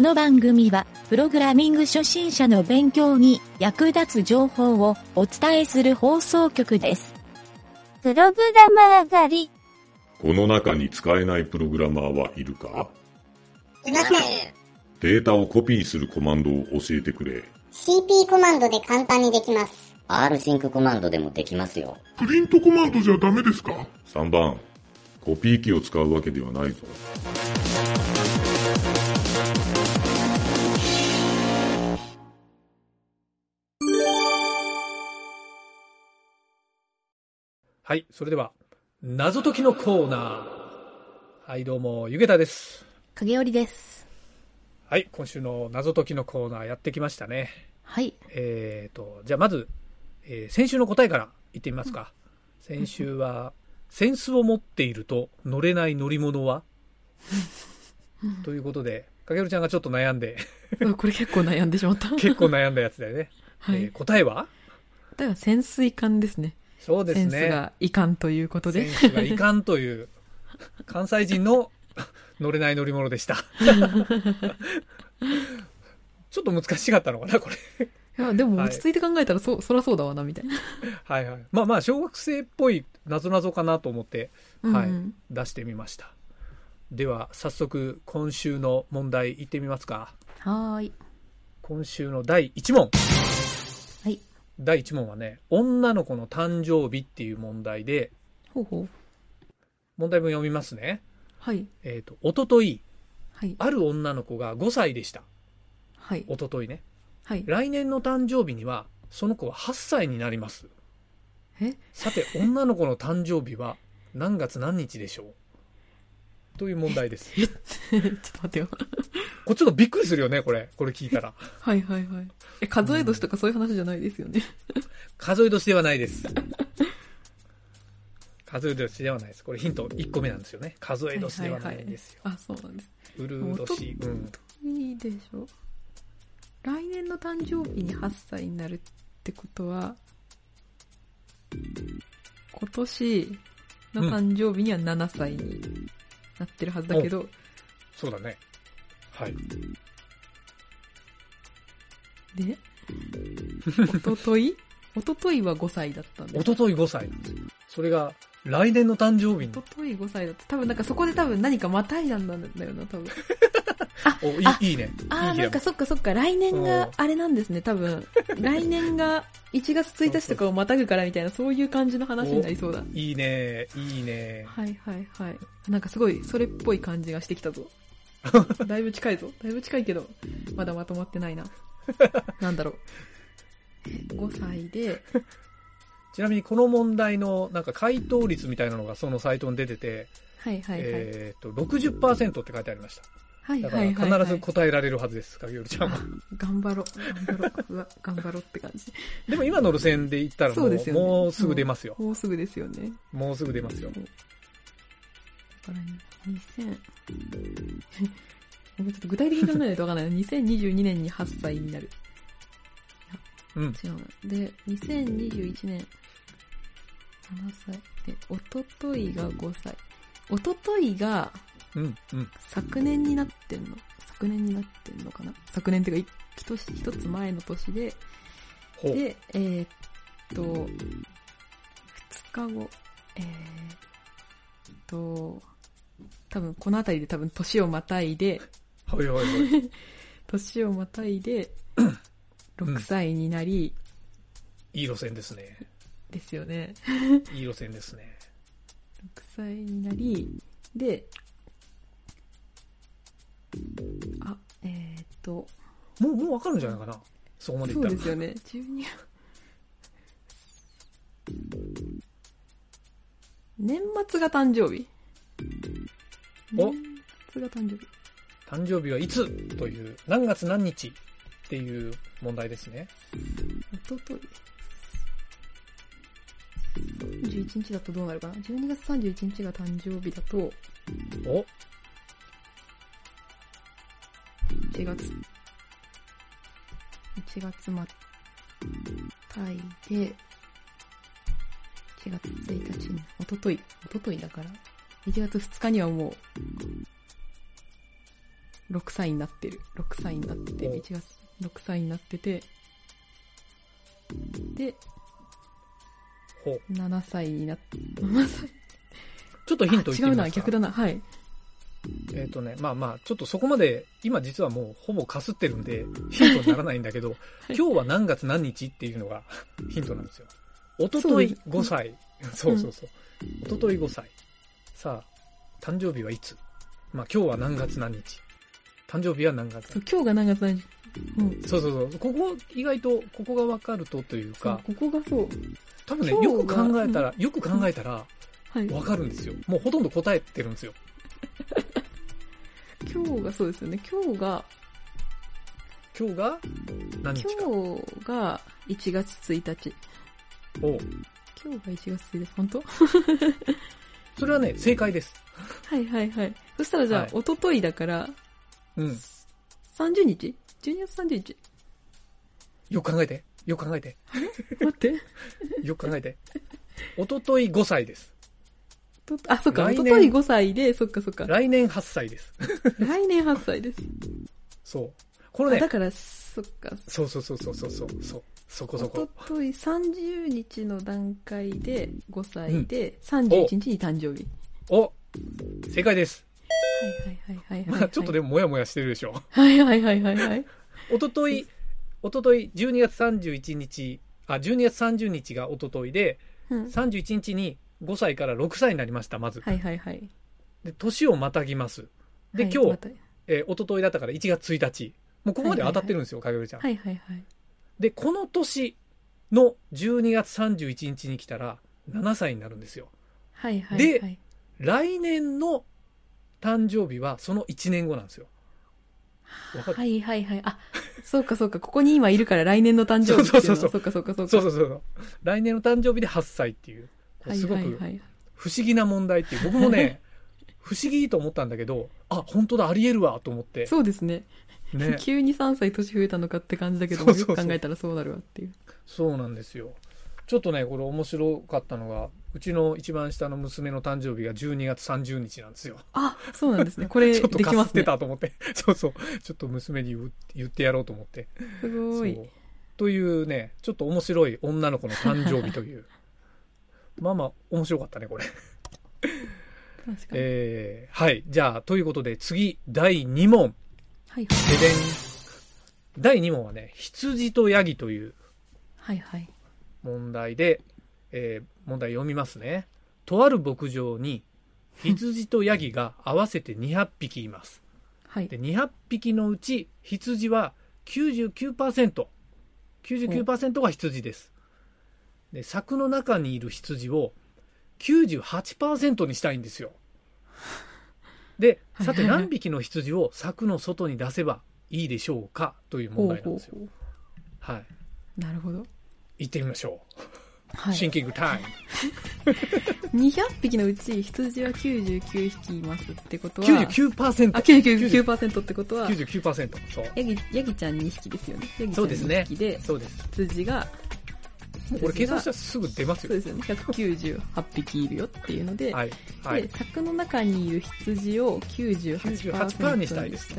の番組は、プログラミング初心者の勉強に役立つ情報をお伝えする放送局です。プログラマー狩り。この中に使えないプログラマーはいるかいません。データをコピーするコマンドを教えてくれ。 CP コマンドで簡単にできます。 rsync コマンドでもできますよ。プリントコマンドじゃダメですか3番、コピー機を使うわけではないぞ。はい、それでは、謎解きのコーナー。はい、どうも、ゆげたです。影織です。はい、今週の謎解きのコーナーやってきましたね。はい。えーと、じゃあまず、えー先週の答えからいってみますか。先週は、扇子を持っていると乗れない乗り物 はということで、かけるちゃんがちょっと悩んで、 うんこれ結構悩んでしまった。結構悩んだやつだよね。はえいー。答えはだから潜水艦ですね。そうですセね。ンスが遺憾ということで。選手がいかんという、関西人の乗れない乗り物で した。ちょっと難しかったのかな、これ。 いや、でもはい落ち着いて考えたらそ、そらそうだわな、みたいな。はいはい。まあまあ、小学生っぽい謎々かなと思って、はい、うんうん出してみました。では、早速、今週の問題いってみますか。はーい。今週の第1問。はい。第1問はね、女の子の誕生日っていう問題で、ほうほう。問題文読みますね。はい。えっ、と、おととい、はい。ある女の子が5歳でした。はい。おとといね。はい。来年の誕生日にはその子は8歳になりますえ さて女の子の誕生日は何月何日でしょうという問題ですえちょっと 待ってよ。こっちがびっくりするよねこれこれ聞いたらはいはいはい。え、数え年とかそういう話じゃないですよね。数え年ではないです数え年ではないですこれヒント1個目なんですよね数え年ではないんですよ、あ、そうなんです。うるう年おとうんいいでしょ。来年の誕生日に8歳になるってことは、今年の誕生日には7歳になってるはずだけど、そうだねはいで、おとといおとといは5歳だったんで一す。昨日5歳なんですよそれが来年の誕生日おとにとい5歳だった。多分なんかそこで多分何かまたいだんだんだよな、多分。おいあいいいねあいあ、い日だなんかそっかそっか、来年うんがあれなんですね、多分。来年が1月1日とかをまたぐからみたいな、そういう感じの話になりそうだ。いいねいいねはいはいはい。なんかすごい、それっぽい感じがしてきた ぞ。だいぶ近いぞ。だいぶ近いけど、まだまとまって ないな。なんだろう。5歳で、ちなみにこの問題のなんか回答率みたいなのがそのサイトに出てて、はいはいはい。えっと、60%って書いてありました。はいだはかいはい、らはい。必ず答えられるはずです、影織ちゃんは。頑張ろう。頑張ろう。うわ、頑張ろうって感じ。でも今の路線で言ったらもそううですよねもうすぐ出ますよ。もうすぐですよね。もうすぐ出ますよ。だから2000 ごめんちょっと具体的に考えないとわかんないな。2022年に8歳になる。うん。違うな。で、2021年、7歳。で、おとといが5歳。おとといがうん。うん。昨年になってんの昨年になってんのかな昨年っていうか、一年一つ前の年で、ほう。で、えーっと、2日後、えーっと、多分この辺りで多分年をまたいで、はいはいはい。年をまたいで、ん6歳になり、いい路線ですね。ですよね。いい路線ですね。 6歳になり、で、あ、えーっと、もう、もうわかるんじゃないかな。そこまでいそっうたですら。よね。12月。 年末が誕生日。お年末が誕生日。誕生日はいつという、何月何日っていう問題ですね。おととい。31日だとどうなるかな ?12 月31日が誕生日だと、お1月。1月またいで、1月1日に、おととい、おとといだから、1月2日にはもう、 6歳になってる。6歳になってて、お1月、6歳になってて、で、ほう。 7歳になっ、7歳ちょっとヒント言ってあ違みうまな、すか逆だな。はい。えっ、とね、まあまあ、ちょっとそこまで、今実はもうほぼかすってるんで、ヒントにならないんだけど、今日は何月何日っていうのがヒントなんですよ。おととい5歳。そうそうそう。おととい5歳。さあ、誕生日はいつまあ今日は何月何日。誕生日は何月そう今日が何月何日うん。そうそうそう。ここ、意外と、ここが分かるとというそうか、ここがそう。多分ね、今日がよく考えたら、よく考えたら、はい。分かるんですよ。もうほとんど答えてるんですよ。今日がそうですよね。今日が、今日が何日か。今日が1月1日。おう今日が1月1日。本当 それはね、正解です。はいはいはい。そしたらじゃあ、はい一昨日だから、うん。 30日 ?12 月30日。よく考えて。よく考えて。待って。よく考えて。おととい5歳です。と あ、そっか、来一年昨日5歳で、そっかそっか。来来年8歳です。年8歳です。そう。こあれだね、から、そっか。そうそうそうそうそうそう、そうそこそ一こ。昨日30日の段階で5歳で、31日に誕生日。お正解です。はいはいはいはいはい、は いまあちょっとでももやもやしてるでしょ。はいはいはいはいはい。おととい、おととい、12月31日、あ、12月30日がおとといで、うん31日に5歳から6歳になりました、まず。はいはいはい。で、年をまたぎます。で、はい今日、またえー、おとといだったから1月1日。もうここまで当たってるんですよ、かげるちゃん。はいはいはい。で、この年の12月31日に来たら、7歳になるんですよ。はいはいではい。来年の誕生日はその1年後なんですよ。わかるはいはいはい。あ、そうかそうか。ここに今いるから来年の誕生日っていうのは。そうそうそうそうかそうかそうか。そうそうそうそう。来年の誕生日で8歳っていう、こうはいすごはいくはい。不思議な問題っていう、僕もね、 不思議と思ったんだけど、あ、本当だ、ありえるわと思って。そうですね。。ね急に3歳年増えたのかって感じだけどそも、うそうよそうく考えたらそうなるわっていう。そうなんですよ。ちょっとね、これ面白かったのが、うちの一番下の娘の誕生日が12月30日なんですよ。あ、そうなんですね。こ れ、ちょっとでかきすまっすてね。たと思って。 そうそう。ちょっと娘に言う言ってやろうと思って。すごいそ。うというね、ちょっと面白い女の子の誕生日という。 まあまあ、面白かったね、これ。確かに。えー、はい。じゃあ、ということで、次、第2問。はいででん。第2問はね、羊とヤギというはいはい。問題で、えー問題読みますね。とある牧場に、羊とヤギが合わせて200匹います。はい。で200匹のうち羊は 99%99% が羊ですで柵の中にいる羊を98%にしたいんですよではいさてはいはい何匹の羊を柵の外に出せばいいでしょうかというほ問う題なほんうですよほはう。なるほど。い行ってみましょう、はい。シンキングタイム200匹のうち羊は99匹いますってことは、あ、 99%99% 99%ってことは、そうヤギ、ヤギちゃん2匹ですよね。ヤギちゃそんうですね2匹で、そうです羊が、もうこれ計算したら羊すぐ出ますがそうよですよね。198匹いるよっていうので、はいはいで、柵の中にいる羊を98%にしたいです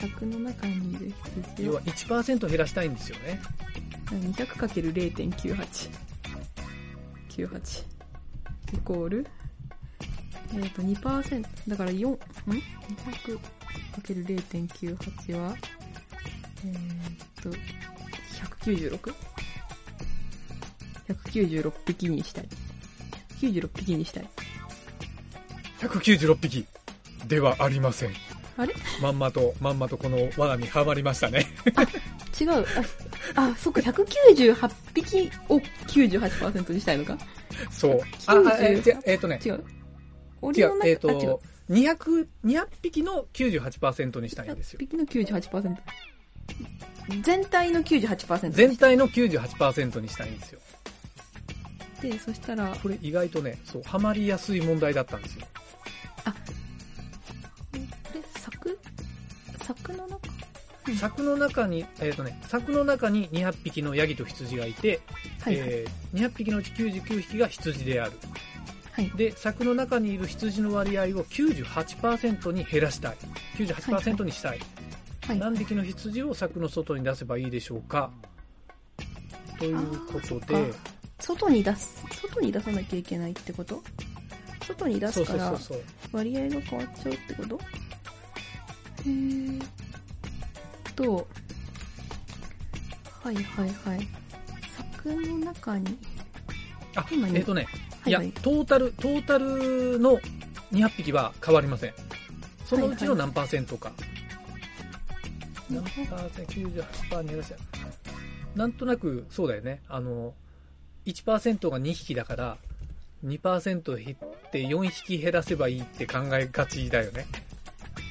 柵の中にいる羊要をは1%減らしたいんですよね 200×0.98。98。イコール、えっ、と、2%。だから4、ん ?200×0.98 は、えっ、と、196?196 196匹にしたい。96匹にしたい。 196匹ではありませんあれまんまとまんまとこの罠にはまりましたね 違う。あ、あそっか、198匹を98%にしたいのかそうああえ90じゃえっ、とね違う。違檻のう中、えっ、あ、違うと。200 200匹の98%にしたいんですよ100匹の98%。全体の98%。全体の98%にしたいんですよで、そしたら、これ意外とねそうはまりやすい問題だったんですよで、柵柵の中柵の中にえっ、とね柵の中に200匹のヤギと羊がいて、はいはい。えー200匹のうち99匹が羊であるはい。で柵の中にいる羊の割合を98%に減らしたい98%にしたい、はい。何匹の羊を柵の外に出せばいいでしょうかということあで外に出す、外に出さなきゃいけないってこと外に出そすうそかうそらうそう割合が変わっちゃうってことえーっと、はいはいはい。柵の中に、あえっ、今ねとね、はいいはいや。トータルトータルの200匹は変わりませんそのうちの何パーセントか、何パーセント98%に減らしたなんとなくそうだよねあの1%が2匹だから2%減って4匹減らせばいいって考えがちだよね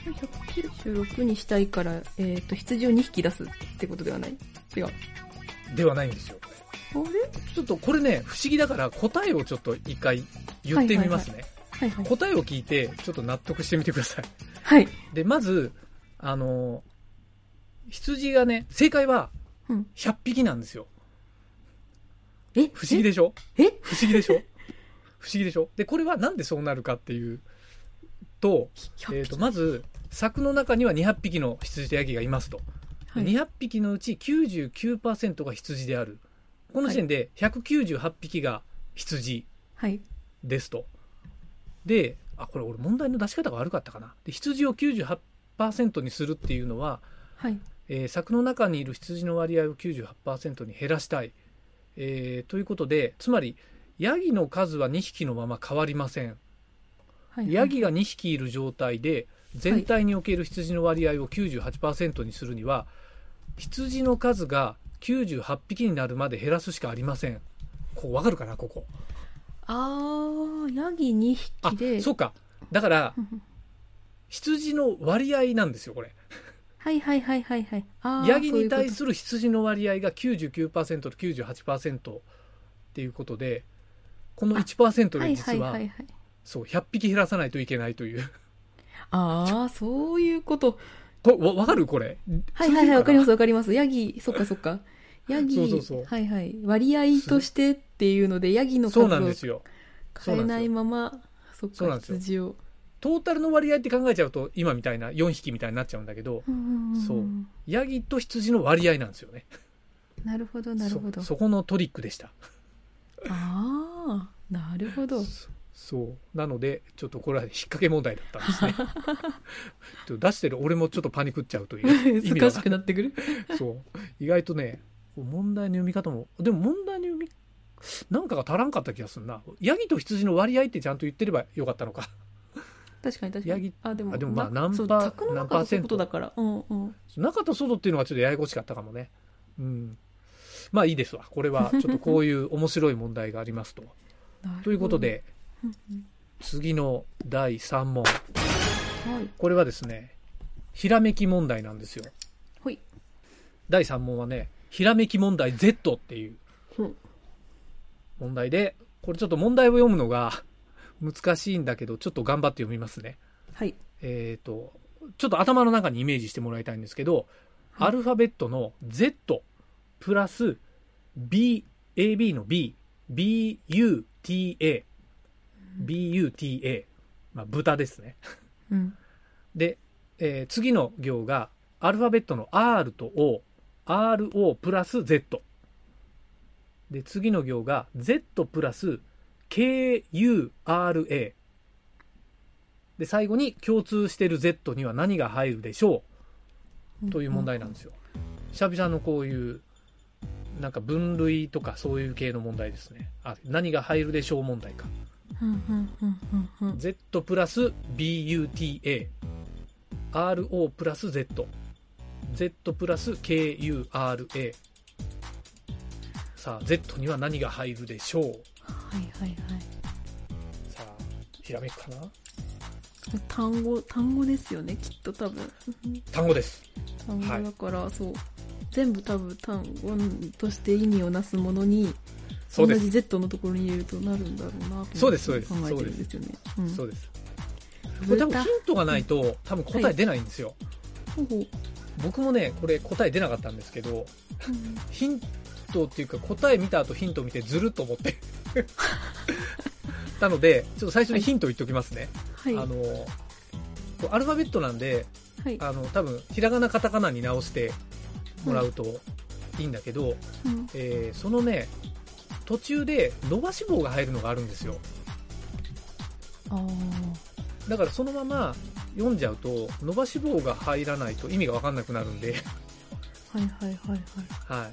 196にしたいから、えーっと、羊を2匹出すってことではない違う。あではないんですよれちょっとこれね不思議だから答えをちょっと一回言ってみますね、はいはい。答えを聞いてちょっと納得してみてくださいはい。で、まず、あの、羊がね、正解はうん、 100匹なんですよ。え不思議でしょえ不思議でしょ不思議でしょで、これはなんでそうなるかっていうと、えっ、と、まず、柵の中には200匹の羊とヤギがいますと。はい200匹のうち99%が羊である。この時点で198匹が羊はい。ですと。で、あ、これ俺問題の出し方が悪かったかな。で、羊を98%にするっていうのは、はい。えー柵の中にいる羊の割合を98%に減らしたい、えーということでつまりヤギの数は2匹のまま変わりませんはいはい。ヤギが2匹いる状態で全体における羊の割合を98%にするには、羊の数が98匹になるまで減らすしかありませんこうわかるかなここあー、ヤギ2あ匹で。そうかだからうんうん羊の割合なんですよこれはいはいはいはいはい。あーヤギに対そういうこする羊の割合が99%と98%っていうことでこの1%とで実ははいはいはいはい。そう100匹減らさないといけないというあー、そういうこと。これわわかるこれはいはいはい、わかりますすわかります。ヤギ、そっかそっか。ヤギ、そうそうそうはいはい。割合としてっていうので、ヤギの数そうなんでをすよ変えないまま、そっそうなんか、ですよ羊を。トータルの割合って考えちゃうと今みたいな4匹みたいになっちゃうんだけどうんんんそうヤギと羊の割合なんですよねなるほど、なるほどそ。そこのトリックでしたあー、なるほど。そそうなのでちょっとこれは引っ掛け問題だったんです ねちょっと出してる俺もちょっとパニクっちゃうという意味難はしくなってくる。そう。意外とね、問題の読み方も、でも問題の読み、なんかが足らんかった気がするな。ヤギと羊の割合ってちゃんと言ってればよかったのか。確かに確かに。ヤギあ、でも、あでもまあな何そうパー柵の何中パーのセントことだから。うんうん。中と外っていうのはちょっとややこしかったかもね。うん。まあいいですわ。これはちょっとこういう面白い問題がありますと。なるほどということ。で、次の第3問。はい。これはですね、ひらめき問題なんですよ。ほい。第3問はね、ひらめき問題 Z っていううん問題で、これちょっと問題を読むのが難しいんだけど、ちょっと頑張って読みますね。はい。えっ、と、ちょっと頭の中にイメージしてもらいたいんですけど、はいアルファベットの Z プラス B、AB の B、BUTA、BUTA、まあ、豚ですね。うん。で、えー次の行がアルファベットの R と O、RO プラス Z。で、次の行が Z プラス KURA。で、最後に共通してる Z には何が入るでしょうという問題なんですよ。久々のこういう、なんか分類とかそういう系の問題ですね。あ、何が入るでしょう問題か。うんうんうんうんうん Z プラス BUTA RO プラス Z Z プラス KURA さあ Z には何が入るでしょうはいはいはい。さあひらめくかな単語、単語ですよね、きっと多分。単語です単語だから、そう。全部多分単語として意味をなすものに、そ同うでじす Z のところに入れるとなるんだろうなと思ってそうですそうです考えてるんですよね。うんそうですこれ多豚分ヒントがないと多分答え出ないんですよ、ほうほう僕もねこれ答え出なかったんですけどヒントっていうか答え見た後ヒント見てずるっと思って なので、ちょっと最初にヒント言っておきますね。はい。あの、こうアルファベットなんで、はい。あの、多分、ひらがな、カタカナに直してもらうといいんだけど、うんえーそのね、途中で伸ばし棒が入るのがあるんですよ。あーだからそのまま読んじゃうと、伸ばし棒が入らないと意味がわかんなくなるんで、 はいはいはいはい。は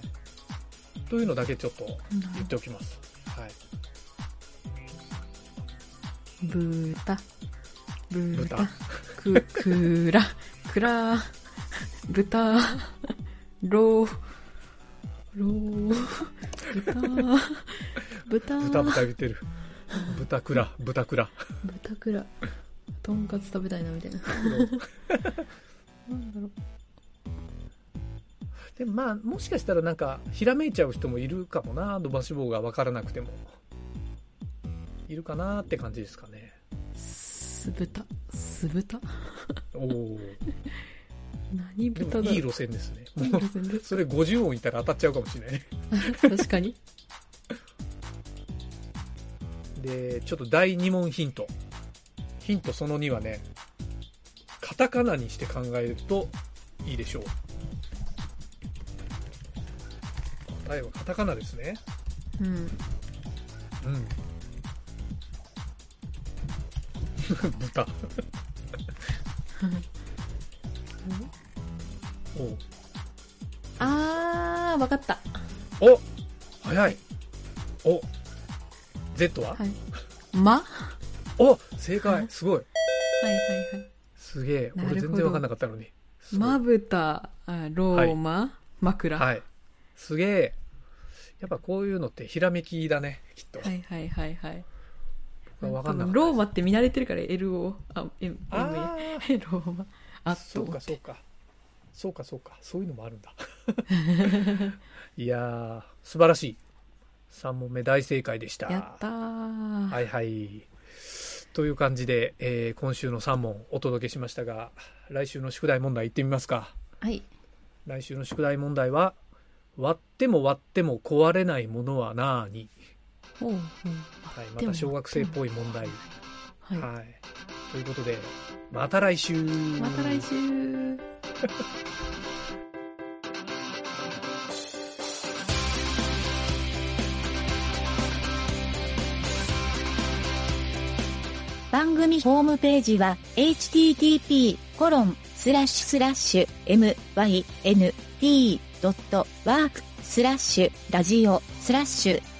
い。というのだけちょっとな言っておきます。はい。ぶた。ぶた豚。く、くら。くら。ぶた。ろう。ろう。ぶた。ぶた。豚豚言ってる。豚クラ、豚クラ。豚くら。とんかつ食べたいな、みたいな。なんだろう。 でもまあ、もしかしたらなんか、ひらめいちゃう人もいるかもな、伸ばし棒がわからなくても。いるかなって感じですかね。すぶた。すぶたおお。何で豚だもろういい路線ですね。 いいもう路線です。それ50音いたら当たっちゃうかもしれないね。確かに。で、ちょっと第2問ヒント。ヒントその2はね、カタカナにして考えるといいでしょう。答えはカタカナですね。うん。うん。 豚。あー、わかった。おお早い。お Z は、はい。まはお正解すごいいはいはい。すげえ。な俺るほど全然わかんなかったのに。すごいまぶた、あローマ、枕。ははい。すげえ。やっぱこういうのってひらめきだね、きっと。いはいはいはい。僕はわかんなかった。ローマって見慣れてるから LO、あ、M、M、あ A ローマ。ああ、っそとう思かっそうて。か。そうかそうか。そういうのもあるんだ。 いやー、素晴らしい。3問目大正解でした。やったー。はいはい。という感じで、えー今週の3問お届けしましたが、来週の宿題問題行ってみますか。はい。来週の宿題問題は、割っても割っても壊れないものはなーに。ほうほう。はい、また小学生っぽい問題。はい。はい。ということで、また来週。また来週。番組ホームページは http://myn.t.world.radio.net コロンスラッシュスラッシュ MYNT ドットワークスラッシュラジオスラッシュ